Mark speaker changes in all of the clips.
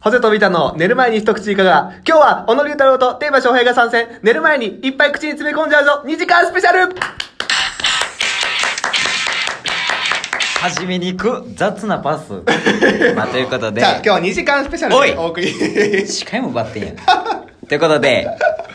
Speaker 1: ホゼとビタの寝る前に一口いかが今日は小野龍太郎とテーマ翔平が参戦寝る前にいっぱい口に詰め込んじゃうぞ2時間スペシャル
Speaker 2: 初めに行く雑なパス。まあ、ということで
Speaker 1: じゃあ、今日は2時間スペシャル
Speaker 2: おい
Speaker 1: でお送りい
Speaker 2: 司会もバッテンやん。ということで、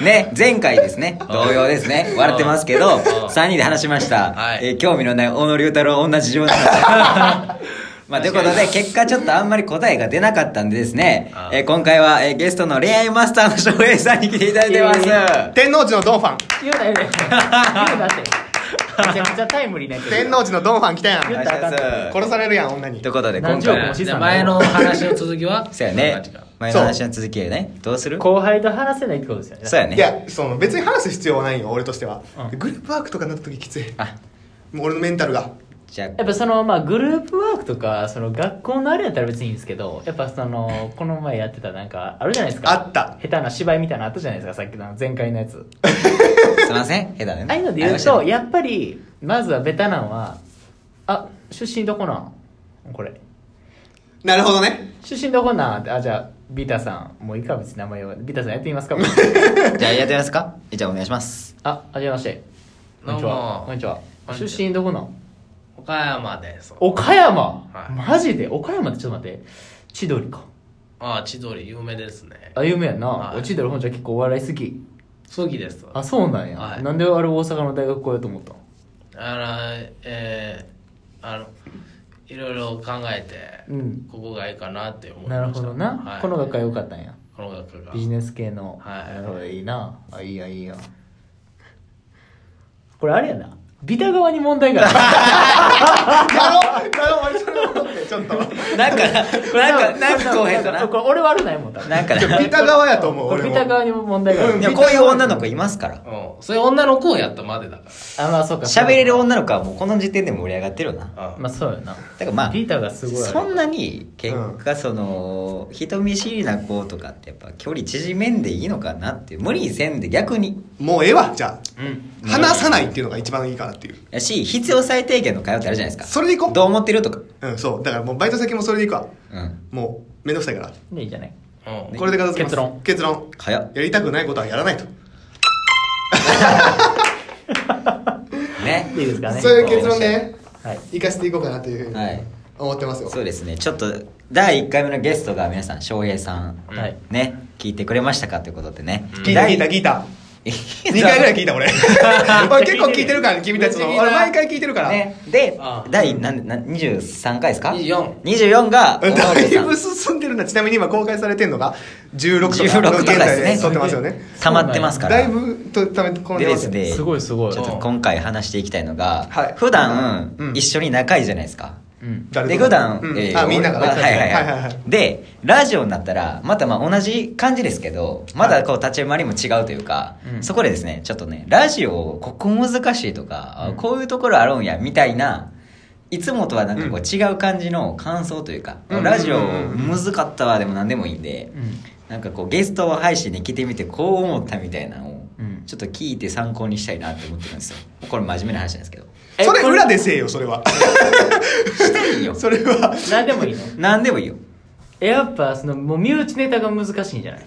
Speaker 2: ね、前回ですね、同様ですね、笑ってますけど、3人で話しました。
Speaker 3: はい
Speaker 2: えー興味のない小野龍太郎、同じ自分の話。まあ、ということで、結果ちょっとあんまり答えが出なかったんでですね
Speaker 3: あ、ー
Speaker 2: えー今回は、えーゲストの恋愛マスターの翔平さんに来ていただいてます。
Speaker 4: イエー
Speaker 1: 天王寺のドンファン
Speaker 4: 言うな言うな言うなってめちゃめちゃタイムリーなやつ
Speaker 1: 天王寺のドンファン来たやん
Speaker 2: お願いします
Speaker 1: 殺されるやん女に
Speaker 2: ということで、今
Speaker 4: 何十
Speaker 2: 回
Speaker 4: 億
Speaker 2: は
Speaker 4: も、資
Speaker 3: じゃあ
Speaker 4: 産
Speaker 3: 前の話の続きは
Speaker 2: そうやね
Speaker 3: そんな感じか、
Speaker 2: 前の話の続きやね、どうする
Speaker 4: 後輩と話せないってことですよね
Speaker 2: そうや
Speaker 1: い
Speaker 2: ね。
Speaker 1: やその別に話す必要はないよ俺としては、
Speaker 4: うん
Speaker 1: グループワークとかになった時きつい
Speaker 2: あ、
Speaker 1: もう俺のメンタルが
Speaker 2: じゃあ
Speaker 4: やっぱそのまあグループワークとかその学校のあれやったら別にいいんですけどやっぱそのこの前やってたなんかあるじゃないですか
Speaker 1: あった
Speaker 4: 下手な芝居みたいなのあったじゃないですかさっきの前回のやつ
Speaker 2: すいません、下手だね。
Speaker 4: ああいうので言うとやっぱりまずはベタなんはあ出身どこなんこれ
Speaker 1: なるほどね
Speaker 4: 出身どこなんってあじゃあビタさんもういいか別に名前をビタさんやってみますか
Speaker 2: じゃあやってみますかじゃあお願いします。
Speaker 4: あはじめましてこんにち
Speaker 3: どう
Speaker 4: は
Speaker 3: も
Speaker 4: こんにちは
Speaker 3: こんにちは
Speaker 4: 出身どこなん
Speaker 3: 岡山です
Speaker 4: 岡山、
Speaker 3: はい
Speaker 4: マジで岡山ってちょっと待って千鳥か
Speaker 3: ああ千鳥有名ですね
Speaker 4: あ有名やんな、
Speaker 3: はい
Speaker 4: お千鳥本ちゃん結構お笑い好き
Speaker 3: 葬儀です
Speaker 4: あそうなんや、
Speaker 3: はい
Speaker 4: なんであれ大阪の大学来ようと思ったの
Speaker 3: あのえー、あのいろいろ考えて、
Speaker 4: うん
Speaker 3: ここがいいかなって思いました
Speaker 4: なるほどな、
Speaker 3: はい、
Speaker 4: この学科良かったんや
Speaker 3: この学科が
Speaker 4: ビジネス系の、
Speaker 3: はい
Speaker 4: なるほどいいなあいいやいいやこれあれやなビタ側に問題があ
Speaker 1: やろうやろう俺それ思ってちょっと
Speaker 2: なんか、
Speaker 4: る
Speaker 2: なんか、なんかこう変だな。
Speaker 4: これ俺悪ないもんだ
Speaker 2: なんかな、
Speaker 1: ビタ側やと思う
Speaker 4: これ
Speaker 1: 俺
Speaker 4: ビ
Speaker 1: も
Speaker 4: タ側にも問題がある
Speaker 2: でもこういう女の子いますから。
Speaker 3: うんそれ女の子をやったまでだか
Speaker 4: あまあそうか
Speaker 2: 喋れる女の子はもうこの時点で盛り上がってるよな。だ
Speaker 3: ら、うん
Speaker 4: まあそうやなだ
Speaker 2: からまあ、
Speaker 4: ビタがすごいある
Speaker 2: そんなに、結果、その、人見知りな子とかってやっぱ距離縮めんでいいのかなっていう。無理せんで逆に。
Speaker 1: もうええわじゃあ
Speaker 3: うん
Speaker 1: 話さないっていうのが一番いいかなっていう
Speaker 2: やし、必要最低限の会話ってあるじゃないですか。
Speaker 1: それでいこ
Speaker 2: どう思ってるとか。
Speaker 1: ううんそうだからもうバイト先もそれでいくわ
Speaker 2: うん。
Speaker 1: もうめんどくさいから
Speaker 4: でいいじゃない
Speaker 3: うん
Speaker 1: これで片付けま
Speaker 4: 結
Speaker 1: す
Speaker 4: 論
Speaker 1: 結論
Speaker 2: 早っ。
Speaker 1: やりたくないことはやらないと
Speaker 2: ね
Speaker 4: い。いですかね
Speaker 1: そういう結論で
Speaker 4: はい
Speaker 1: 生かしていこうかなというふうに
Speaker 2: はい。
Speaker 1: 思ってますよ
Speaker 2: そうですね。ちょっと、第1回目のゲストが皆さん、翔平さん。
Speaker 3: うん
Speaker 4: はい
Speaker 2: ね、聞いてくれましたかということでね。
Speaker 1: 聞いた聞いた 聞いた2回ぐらい聞いた俺俺結構聞いてるからね君たちの
Speaker 3: めっちゃ聞いてる
Speaker 1: 俺毎回聞いてるから
Speaker 2: ね、で
Speaker 3: ああ、
Speaker 2: 第なんなん23回ですか
Speaker 3: 24
Speaker 2: 24が、小
Speaker 1: だ
Speaker 2: 野
Speaker 1: い
Speaker 2: さ
Speaker 1: ぶ
Speaker 2: ん。
Speaker 1: 進んでるなちなみに今公開されてるのが16とか
Speaker 2: 16
Speaker 1: の
Speaker 2: とか
Speaker 1: 現
Speaker 2: ですね
Speaker 1: 在で撮ってますよね
Speaker 2: 溜まってますから。
Speaker 1: だいぶとため込ん
Speaker 2: で
Speaker 1: で
Speaker 2: で
Speaker 1: ますす
Speaker 2: ね、
Speaker 4: すごいすごい
Speaker 2: ちょっと今回話していきたいのが
Speaker 1: はい、
Speaker 2: 普段
Speaker 1: う、ん
Speaker 2: 一緒に仲いいじゃないですか。
Speaker 4: うん
Speaker 1: 誰と
Speaker 2: で、普段
Speaker 1: う、ん
Speaker 2: えー
Speaker 1: あみんながね
Speaker 2: はいはい
Speaker 1: はいはい
Speaker 2: は
Speaker 1: はいい。
Speaker 2: で、ラジオになったら、またまあ同じ感じですけど、まだこう立ち回りも違うというか
Speaker 4: う、ん
Speaker 2: そこでですね、ちょっとね、ラジオ、ここ難しいとか、あこういうところあるんや、みたいな、いつもとはなんかこう違う感じの感想というか、
Speaker 1: うん
Speaker 2: ラジオ
Speaker 1: うんうんうん
Speaker 2: むずかったわでも何でもいいんで、なんかこうゲスト配信に来てみてこう思ったみたいなのを
Speaker 4: うん
Speaker 2: ちょっと聞いて参考にしたいなって思ってるんですよこれ真面目な話なんですけど
Speaker 4: え
Speaker 1: それ
Speaker 4: これ
Speaker 1: 裏でせえよそれは
Speaker 2: したいよ
Speaker 1: それは
Speaker 4: 何でもいいの
Speaker 2: 何でもいいよ
Speaker 4: えやっぱそのもう身内ネタが難しいんじゃない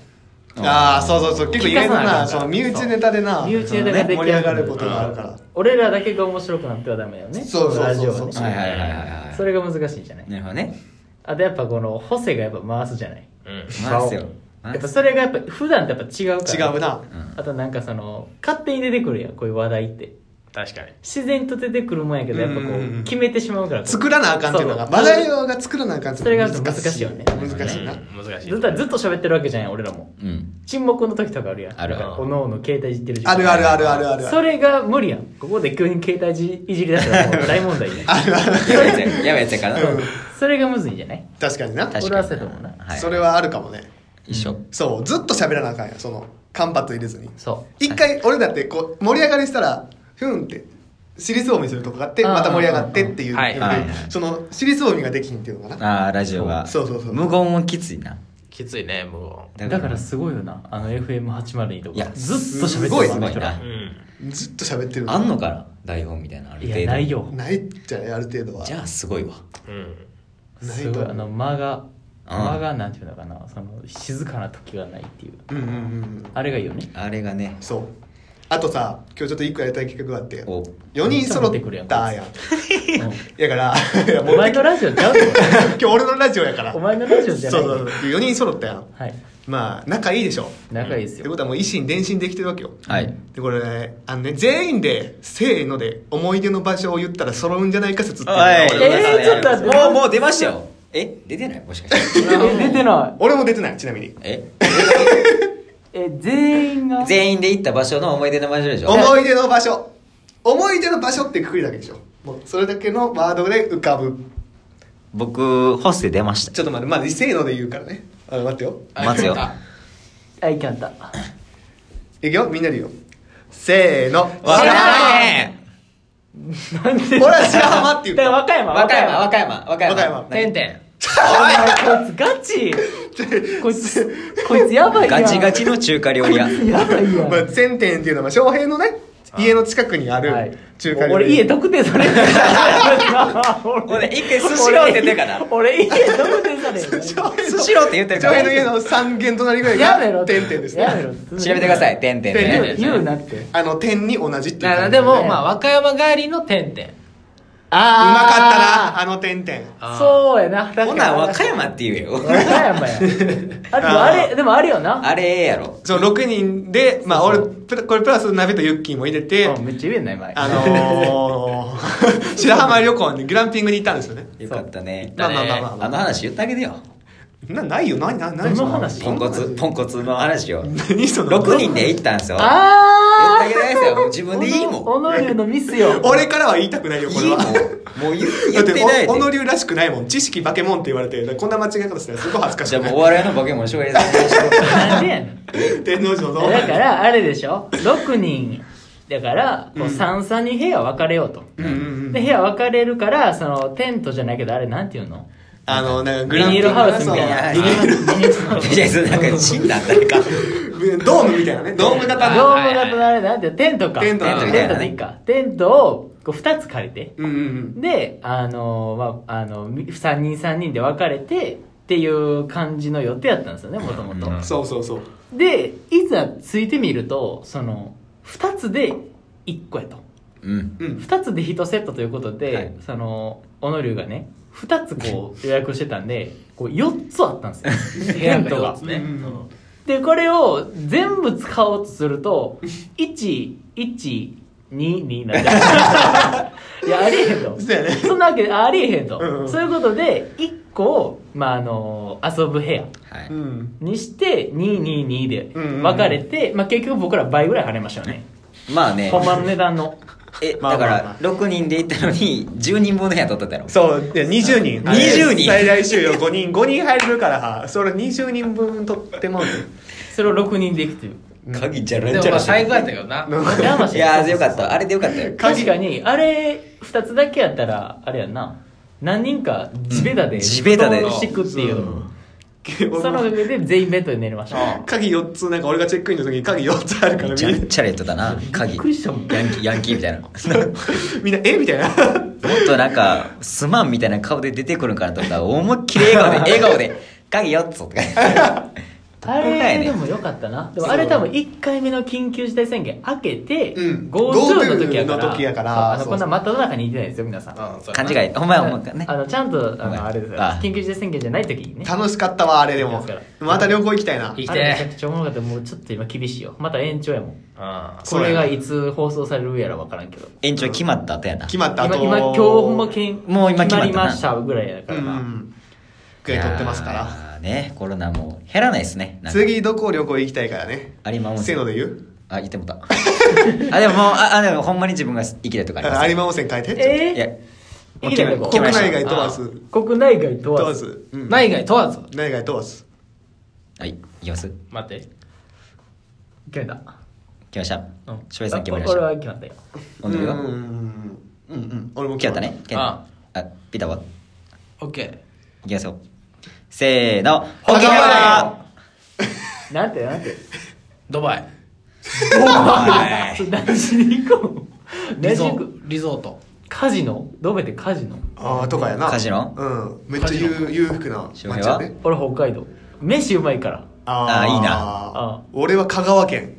Speaker 1: ああそうそうそう結構いろん
Speaker 4: 聞かさな
Speaker 1: な
Speaker 4: あかんか
Speaker 1: そ
Speaker 4: ら
Speaker 1: の身内ネタでな
Speaker 4: 身内ネタができる
Speaker 1: 盛り上がることがあるから
Speaker 4: 俺らだけが面白くなってはダメよね
Speaker 1: そうそうそうそう
Speaker 4: ラジオはね
Speaker 1: そう
Speaker 2: はいはいはいはいはい
Speaker 4: それが難しいんじゃない
Speaker 2: なるほどね
Speaker 4: あとやっぱこのホセがやっぱ回すじゃない
Speaker 3: うん
Speaker 2: 回すよ
Speaker 4: や
Speaker 2: 回
Speaker 4: っ
Speaker 2: す
Speaker 4: ぱそれがやっぱ普段とやっぱ違うから
Speaker 1: 違うな
Speaker 2: うん
Speaker 4: あとなんかその勝手に出てくるやんこういう話題って
Speaker 3: 確かに
Speaker 4: 自然と出てくるもんやけどやっぱこ
Speaker 1: うんうんう
Speaker 4: うん決めてしまうから
Speaker 1: 作らなあかんっていうのが
Speaker 4: そう
Speaker 1: 話題が作らなあかんっていうの
Speaker 4: それが難しいよね
Speaker 1: 難しいな
Speaker 3: うん難しい
Speaker 4: ずっとずっと喋ってるわけじゃん俺らも
Speaker 2: うん
Speaker 4: 沈黙の時とかあるやん
Speaker 2: ある
Speaker 4: おのおの携帯いじってる時間
Speaker 1: あるあるあるあるある
Speaker 4: それが無理やんここで急に携帯じいじり出したらもう大問題やん
Speaker 2: やばいやつややばいやつやからな
Speaker 4: それがむずいんじゃない
Speaker 1: 確かにな
Speaker 2: 確
Speaker 4: 俺
Speaker 2: か
Speaker 4: は
Speaker 2: に
Speaker 4: そうやと思うな
Speaker 2: はい
Speaker 1: それはあるかもね
Speaker 2: 一緒
Speaker 1: そうずっと喋らなあかんやその間髪入れずに
Speaker 4: そ
Speaker 1: 一回俺だってこう盛り上がりしたらふんって尻すぼみするとこがあってまた盛り上がってっていう
Speaker 3: あーはい
Speaker 2: はい
Speaker 1: その尻すぼみができひんっていうのかな
Speaker 2: ああラジオが
Speaker 1: そうそうそう
Speaker 2: 無言もきついな
Speaker 3: きついねも
Speaker 4: うだからすごいよなあの FM802 と
Speaker 2: いや
Speaker 4: かずっと喋って
Speaker 1: すごい
Speaker 4: あ
Speaker 1: す
Speaker 4: の
Speaker 1: ご
Speaker 2: い
Speaker 4: 人ら
Speaker 2: な
Speaker 3: ううん
Speaker 1: ずっと喋ってる
Speaker 2: あんのかな台本みたいなのある
Speaker 4: い
Speaker 2: 程
Speaker 4: や
Speaker 2: 度
Speaker 4: ないよ
Speaker 1: ないじゃないある程度は
Speaker 2: じゃあすごいわ
Speaker 3: うん
Speaker 1: ない
Speaker 4: すごいあの間が
Speaker 2: う
Speaker 4: 間がなんていうのかなその静かな時がないっていう
Speaker 1: うんうんうん
Speaker 4: あれがいいよね
Speaker 2: あれがね
Speaker 1: そうあとさ今日ちょっと一個やりたい企画があって
Speaker 2: お
Speaker 1: 4人揃ったやんやからいや
Speaker 4: お
Speaker 1: もう
Speaker 4: 前 のラジオちゃうよ
Speaker 1: 今日俺のラジオやから
Speaker 4: お前のラジオじゃない
Speaker 1: そうそうそう4人揃ったやん
Speaker 4: はい
Speaker 1: まあ仲いいでしょ
Speaker 4: 仲いいで
Speaker 1: っ
Speaker 4: す
Speaker 1: て
Speaker 4: よ
Speaker 1: ことはもう一心伝心できてるわけよ
Speaker 2: はい
Speaker 1: でこれねあのね全員でせーので思い出の場所を言ったら揃うんじゃないか説っていうのが
Speaker 2: はい
Speaker 1: 俺の中で
Speaker 4: えーちょっと待って
Speaker 2: もうもう出ましたよえ出てないもしかして
Speaker 4: え出てない
Speaker 1: 俺も出てないちなみに
Speaker 2: え
Speaker 4: え全員が
Speaker 2: 全員で行った場所の思い出の場所でしょ
Speaker 1: 思い出の場所思い出の場所ってくくりだけでしょもうそれだけのワードで浮かぶ
Speaker 2: 僕ホスで出ました
Speaker 1: ちょっと待ってまあせーので言うからねあ待ってよ
Speaker 2: 待つよ
Speaker 4: あいかんた
Speaker 1: いくよみんなで言うよせーの
Speaker 2: わ
Speaker 1: 知らん
Speaker 2: へん
Speaker 4: なんで
Speaker 1: 俺は白浜って言
Speaker 4: だから
Speaker 1: う
Speaker 4: 和歌山
Speaker 2: 和歌山和歌山和歌山
Speaker 1: 和歌山
Speaker 2: 何
Speaker 3: てんてん。
Speaker 4: お前こいつガチこいつこいつやばいやん
Speaker 2: ガチガチの中華料理屋
Speaker 4: こいつやばいやん
Speaker 1: まあ、全店っていうのは翔平のね家の近くにあ
Speaker 4: は
Speaker 1: る
Speaker 4: い
Speaker 1: 中華料理、
Speaker 4: 俺家特定さ れる
Speaker 2: 俺一回寿司ローって出たから
Speaker 4: 俺家特定される
Speaker 2: 寿司ローって言ってる
Speaker 1: 翔
Speaker 2: か
Speaker 1: 平の家
Speaker 2: ら
Speaker 1: の三軒隣ぐらい
Speaker 4: やめろ
Speaker 1: が点々です
Speaker 4: やめろ
Speaker 1: ね
Speaker 2: 調べてくださいてんてん
Speaker 1: てん
Speaker 4: 言
Speaker 2: ね
Speaker 4: う言うなって
Speaker 1: あの点に同じっていう
Speaker 3: だか
Speaker 1: 感
Speaker 3: ら
Speaker 1: じ
Speaker 3: でも、まあ、和歌山帰りのてんてん。
Speaker 1: うまかったな
Speaker 4: っ
Speaker 1: あの点々
Speaker 4: た
Speaker 3: う。
Speaker 4: そうやな確かに
Speaker 2: ほな和歌山って言えよ
Speaker 4: 和歌山やあでもあれでもあれよな
Speaker 2: あれええやろ
Speaker 1: そう6人でまあ
Speaker 4: そう
Speaker 1: 俺
Speaker 4: そう
Speaker 1: プラこれプラス鍋とユッキーも入れて
Speaker 4: うんめっちゃ言えんな今
Speaker 1: あの ー、白浜旅行にグランピングに行ったんですよね
Speaker 2: よかったね
Speaker 1: まあまあまあまあ、ま
Speaker 2: あの話言ってあげてよ
Speaker 1: あ、なないよななない
Speaker 4: どの話
Speaker 2: ポンコツポンコツの話 を
Speaker 1: 何その
Speaker 2: 6人で行ったんですよ言って
Speaker 4: あ
Speaker 2: あげてないですよ自分でいいもん
Speaker 4: 小野流のミスよ
Speaker 1: 俺からは言いたくないよこれは
Speaker 2: もう言
Speaker 1: だっ
Speaker 2: ってない
Speaker 1: てお小野
Speaker 2: で
Speaker 1: 流らしくないもん知識バケモンって言われてこんな間違い方したらすごい恥ずかし
Speaker 2: じゃ
Speaker 1: く
Speaker 2: あ
Speaker 1: な
Speaker 2: も
Speaker 1: いう
Speaker 2: お笑いのボケも紹介させて もらいましょ
Speaker 4: なんでやねん
Speaker 1: 天皇城の
Speaker 4: だからあれでしょ6人だからこう
Speaker 1: う
Speaker 4: ん三々に部屋分かれようと、
Speaker 1: うんうんうん
Speaker 4: で部屋分かれるからそのテントじゃないけどあれなんていうの
Speaker 1: あのなんかグ
Speaker 4: ビ
Speaker 1: ラン
Speaker 4: ニー
Speaker 1: ピング
Speaker 4: ル
Speaker 1: の
Speaker 4: ハウスみたい
Speaker 2: あそ
Speaker 4: なビ
Speaker 2: う
Speaker 4: ニールビニールハウ
Speaker 2: う
Speaker 4: ス
Speaker 2: いやいやそれなんか死んだったか
Speaker 1: ドームみたいなねドーム
Speaker 4: ド
Speaker 1: 型の
Speaker 4: ーム型のあれなんていうのテントか
Speaker 1: テント
Speaker 4: テ
Speaker 1: テ
Speaker 4: ン
Speaker 1: ント
Speaker 4: ト
Speaker 1: み
Speaker 2: たいな
Speaker 4: でいいかテントをこう2つ借りて
Speaker 1: うんうんうん
Speaker 4: であのまああの3人3人で分かれてっていう感じの予定やったんですよねもともと
Speaker 2: うん
Speaker 1: そうそうそう
Speaker 4: でいざついてみるとその2つで1個やと
Speaker 2: うん
Speaker 1: うん
Speaker 4: 2つで1セットということで、
Speaker 2: はい
Speaker 4: その小野龍がね2つこう予約してたんでこう4つあったんです よ部屋
Speaker 3: と
Speaker 4: が
Speaker 3: か。ね。うん
Speaker 4: でこれを全部使おうとすると112になっち ゃういやありえへんと
Speaker 1: そうやね
Speaker 4: そんなわけであありえへんと、
Speaker 1: うんうん、
Speaker 4: そういうことで1個を、まあ、あの遊ぶ部屋
Speaker 2: はいう
Speaker 1: ん
Speaker 4: にして222で分かれて、まあ、結局僕ら倍ぐらい跳ねましたよね
Speaker 2: まあね
Speaker 4: 本番の値段の
Speaker 2: え
Speaker 1: ま
Speaker 2: だ
Speaker 1: あま
Speaker 2: か
Speaker 1: あまあ
Speaker 2: ら6人で行ったのに10人分の部屋取ってたやろ
Speaker 1: そうで20人
Speaker 2: あ20人
Speaker 1: 最大収容5人5人入るからそれ20人分取ってもうて
Speaker 4: それを6人でいくという
Speaker 2: 鍵じゃら
Speaker 3: で
Speaker 2: ん
Speaker 3: も
Speaker 2: じゃら
Speaker 3: まあ
Speaker 2: し
Speaker 3: 最高やったけどな。
Speaker 2: いやーよかったあれでよかったよ
Speaker 4: 確かにあれ2つだけやったらあれやんな何人か地べたで
Speaker 2: うん地べたで
Speaker 4: 布団を敷くっていうその
Speaker 1: 俺も
Speaker 4: 上で全員ベッドで寝れました
Speaker 1: 鍵4つなんか俺がチェックインの時に鍵4つあるから
Speaker 2: チ
Speaker 1: み
Speaker 2: ャ
Speaker 1: んな
Speaker 2: チャレットだな鍵
Speaker 4: クッション
Speaker 2: ヤンキーヤンキーみたいなも
Speaker 1: みんなえ みたいな
Speaker 2: っとなんかすまんみたいな顔で出てくるんかなと思ったら思いっきり笑顔で笑顔で鍵4つとか
Speaker 4: あ
Speaker 2: どんなや
Speaker 4: れ
Speaker 2: ねん
Speaker 4: でもよかったなでもあれ多分1回目の緊急事態宣言開けて
Speaker 1: うん
Speaker 4: GoTo の時やから
Speaker 1: GoTo の時やから
Speaker 4: そうあのこんな真っ只中にいてないですよ皆さん
Speaker 3: うんそうや
Speaker 2: 勘
Speaker 3: な
Speaker 2: 違いほんまやほんまね
Speaker 4: あのちゃんとあ
Speaker 2: ごめん
Speaker 4: のあれですよ
Speaker 2: あ
Speaker 4: 緊急事態宣言じゃない時にね
Speaker 1: 楽しかったわあれでもまた旅行行きたいな
Speaker 3: 行き
Speaker 4: あ
Speaker 3: て
Speaker 4: れめちゃ
Speaker 3: え。
Speaker 4: くちゃおもろかったもうちょっと今厳しいよまた延長やもん
Speaker 3: うん
Speaker 1: そ
Speaker 4: こ
Speaker 1: うや
Speaker 4: れ
Speaker 1: な
Speaker 4: がいつ放送されるやら分からんけど
Speaker 2: 延長決まった後やな
Speaker 1: 決まった
Speaker 4: 今
Speaker 1: 後
Speaker 4: 今今日ほんまけん
Speaker 2: もう今決まったな
Speaker 4: りましたぐらいだか
Speaker 1: う
Speaker 4: らな、
Speaker 1: んくらい取ってますから
Speaker 2: らねコロナも減らないですねなんか
Speaker 1: 次どこ旅行行きたいからね
Speaker 2: 有馬温
Speaker 1: せー
Speaker 2: 泉
Speaker 1: ので言う
Speaker 2: あ言ってもうた あでももうああでもほんまに自分が行きたいとかあります
Speaker 1: 有馬温泉変えて
Speaker 2: いや
Speaker 4: えー、いいね
Speaker 2: もう
Speaker 1: 国
Speaker 2: 決まりました
Speaker 1: 内外問わず
Speaker 4: 国内外問
Speaker 1: 問
Speaker 4: わ
Speaker 1: わ
Speaker 4: ず
Speaker 1: ずうん
Speaker 3: 内外問わず。
Speaker 1: 内外問わず
Speaker 2: はい行きます行
Speaker 3: 待って。
Speaker 4: 決めた
Speaker 2: きました
Speaker 4: うん
Speaker 2: 翔平さん決まりま
Speaker 4: あ
Speaker 2: し
Speaker 4: 俺は
Speaker 2: た
Speaker 4: 決まったよ
Speaker 2: 本当に
Speaker 1: う
Speaker 2: は
Speaker 1: んうんうん俺も
Speaker 2: 決まったね
Speaker 3: ああ
Speaker 2: あピタは
Speaker 3: オッケー。
Speaker 2: 行きますよせーの
Speaker 1: 沖縄
Speaker 4: なんてなんて
Speaker 3: ドバイ。
Speaker 2: おい
Speaker 4: それ何しに行こう
Speaker 3: リ
Speaker 4: 何し
Speaker 3: ゾ
Speaker 4: に行こう
Speaker 3: リゾート。
Speaker 4: 考カジノドベってカジノ
Speaker 1: ああとかやな
Speaker 2: カジノ
Speaker 1: うんめっちゃ裕裕福な
Speaker 2: 周
Speaker 1: 町
Speaker 2: 辺は
Speaker 1: やね
Speaker 4: 俺北海道飯うまいから
Speaker 2: あーいいな
Speaker 4: あ
Speaker 1: あー俺は香川県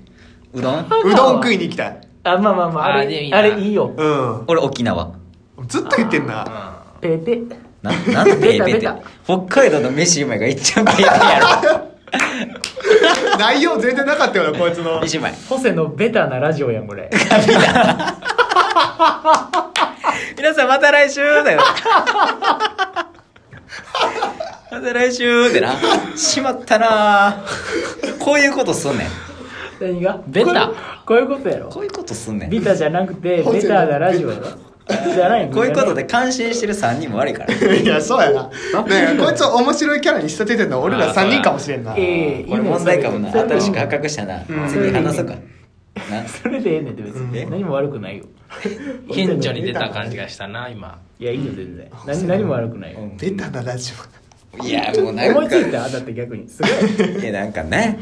Speaker 2: うどん
Speaker 1: うどん食いに行きたい
Speaker 4: あまあまあまああ
Speaker 3: あでもい
Speaker 4: れ
Speaker 3: いな
Speaker 4: あれいいよ
Speaker 1: うん
Speaker 2: 俺沖縄
Speaker 1: ずっと言ってんな
Speaker 3: う
Speaker 4: ペーペー
Speaker 2: ななんでペイペイっ
Speaker 4: 出
Speaker 2: て
Speaker 4: た出
Speaker 2: 北海道の飯うまいが一番ペイペイや
Speaker 1: 内容全然なかったよなこいつの
Speaker 2: ろ飯うまい
Speaker 4: ホセのベタなラジオやんこれ
Speaker 2: 皆さんまた来週だ よまた来週ってなしまったなこういうことすんねん
Speaker 4: 何が
Speaker 3: ベタ
Speaker 4: こういうこういうことやろ
Speaker 2: こういうことすんねん
Speaker 4: ビタじゃなくて
Speaker 1: ホセ
Speaker 4: ベ
Speaker 1: の
Speaker 4: タなラジオやろじゃないの
Speaker 2: こういうことで感心してる3人も悪いから
Speaker 1: いやそうやなねえこいつを面白いキャラに仕立ててんのは俺ら3人かもしれんな
Speaker 4: ええ
Speaker 2: これ問題かもな
Speaker 4: それで
Speaker 2: 新しく発覚したな
Speaker 1: うん
Speaker 2: 次話そうか
Speaker 4: うん
Speaker 2: な
Speaker 4: それでええねんって別
Speaker 1: うん
Speaker 2: え
Speaker 4: に何も悪くないよ
Speaker 3: ん顕著に出た感じがしたな今
Speaker 4: いやいいよ全然何何も悪くないよ
Speaker 2: うん
Speaker 1: ベタなラジ
Speaker 2: いやもうなんか
Speaker 4: 思いついただって逆にすごい
Speaker 2: いやなんかね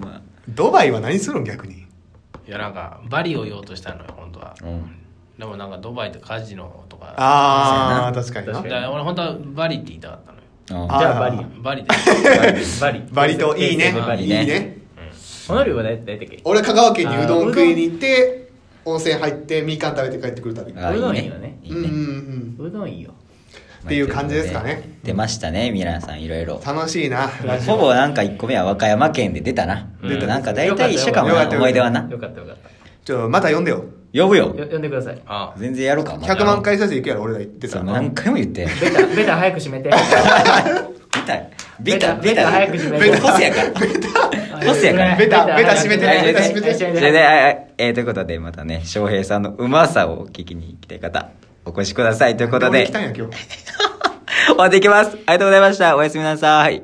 Speaker 2: まあ
Speaker 1: オドバイは何するん逆に
Speaker 3: いやなんかバリを言おうとしたのよ本当は、
Speaker 2: うん
Speaker 3: でもなんかドバイとカジノとか
Speaker 1: ああ確かに
Speaker 4: 確
Speaker 3: だ
Speaker 1: な
Speaker 3: から俺本当はバリって言いたかったのよ
Speaker 2: うん
Speaker 1: あ
Speaker 4: じゃあバリやん
Speaker 3: バリで
Speaker 4: バリ
Speaker 1: バリ島いいね
Speaker 4: 平成バリ
Speaker 1: いいね
Speaker 4: ホノルルは大体だっけ
Speaker 1: 俺香川県にうどん食いに行って温泉入ってみかん食べて帰ってくる旅
Speaker 2: あ
Speaker 4: うどん
Speaker 2: い
Speaker 4: い
Speaker 2: い
Speaker 4: い
Speaker 2: ね
Speaker 4: よね
Speaker 2: いい
Speaker 1: うんうんう
Speaker 2: ね
Speaker 1: ん
Speaker 4: うどんいいよ
Speaker 1: っていう感じですかね
Speaker 2: 出ましたね皆さんいろいろ
Speaker 1: 楽しいな
Speaker 2: ほぼなんか1個目は和歌山県で出たな、
Speaker 3: うん出た
Speaker 2: なんか大体一緒かも
Speaker 1: よか
Speaker 2: な
Speaker 1: ったよ
Speaker 2: 思い出はな
Speaker 4: よかったよかった
Speaker 1: ちょまた読んでよ
Speaker 2: 呼ぶよ
Speaker 4: よ呼んでください
Speaker 3: あ
Speaker 2: 全然やるかまた
Speaker 1: 100万回再生いくやろ俺ら言ってた
Speaker 2: そう
Speaker 1: ら
Speaker 2: 何回も言って
Speaker 4: ベタベタ早く閉めて
Speaker 2: ビタビタ
Speaker 4: ベタ早く締め
Speaker 2: ベ
Speaker 4: て
Speaker 2: タホスやからホスやから
Speaker 1: ベタベタ
Speaker 4: 早く
Speaker 1: 締めて
Speaker 2: はい
Speaker 1: ベタ
Speaker 2: はい
Speaker 1: 締めて
Speaker 2: それで、はいはいえーということで、またね、翔平さんのうまさをお聞きに来たい方、お越しくださいということ
Speaker 1: 俺
Speaker 2: で
Speaker 1: 来、たんや今日
Speaker 2: 終わっていきます。ありがとうございました。おやすみなさい。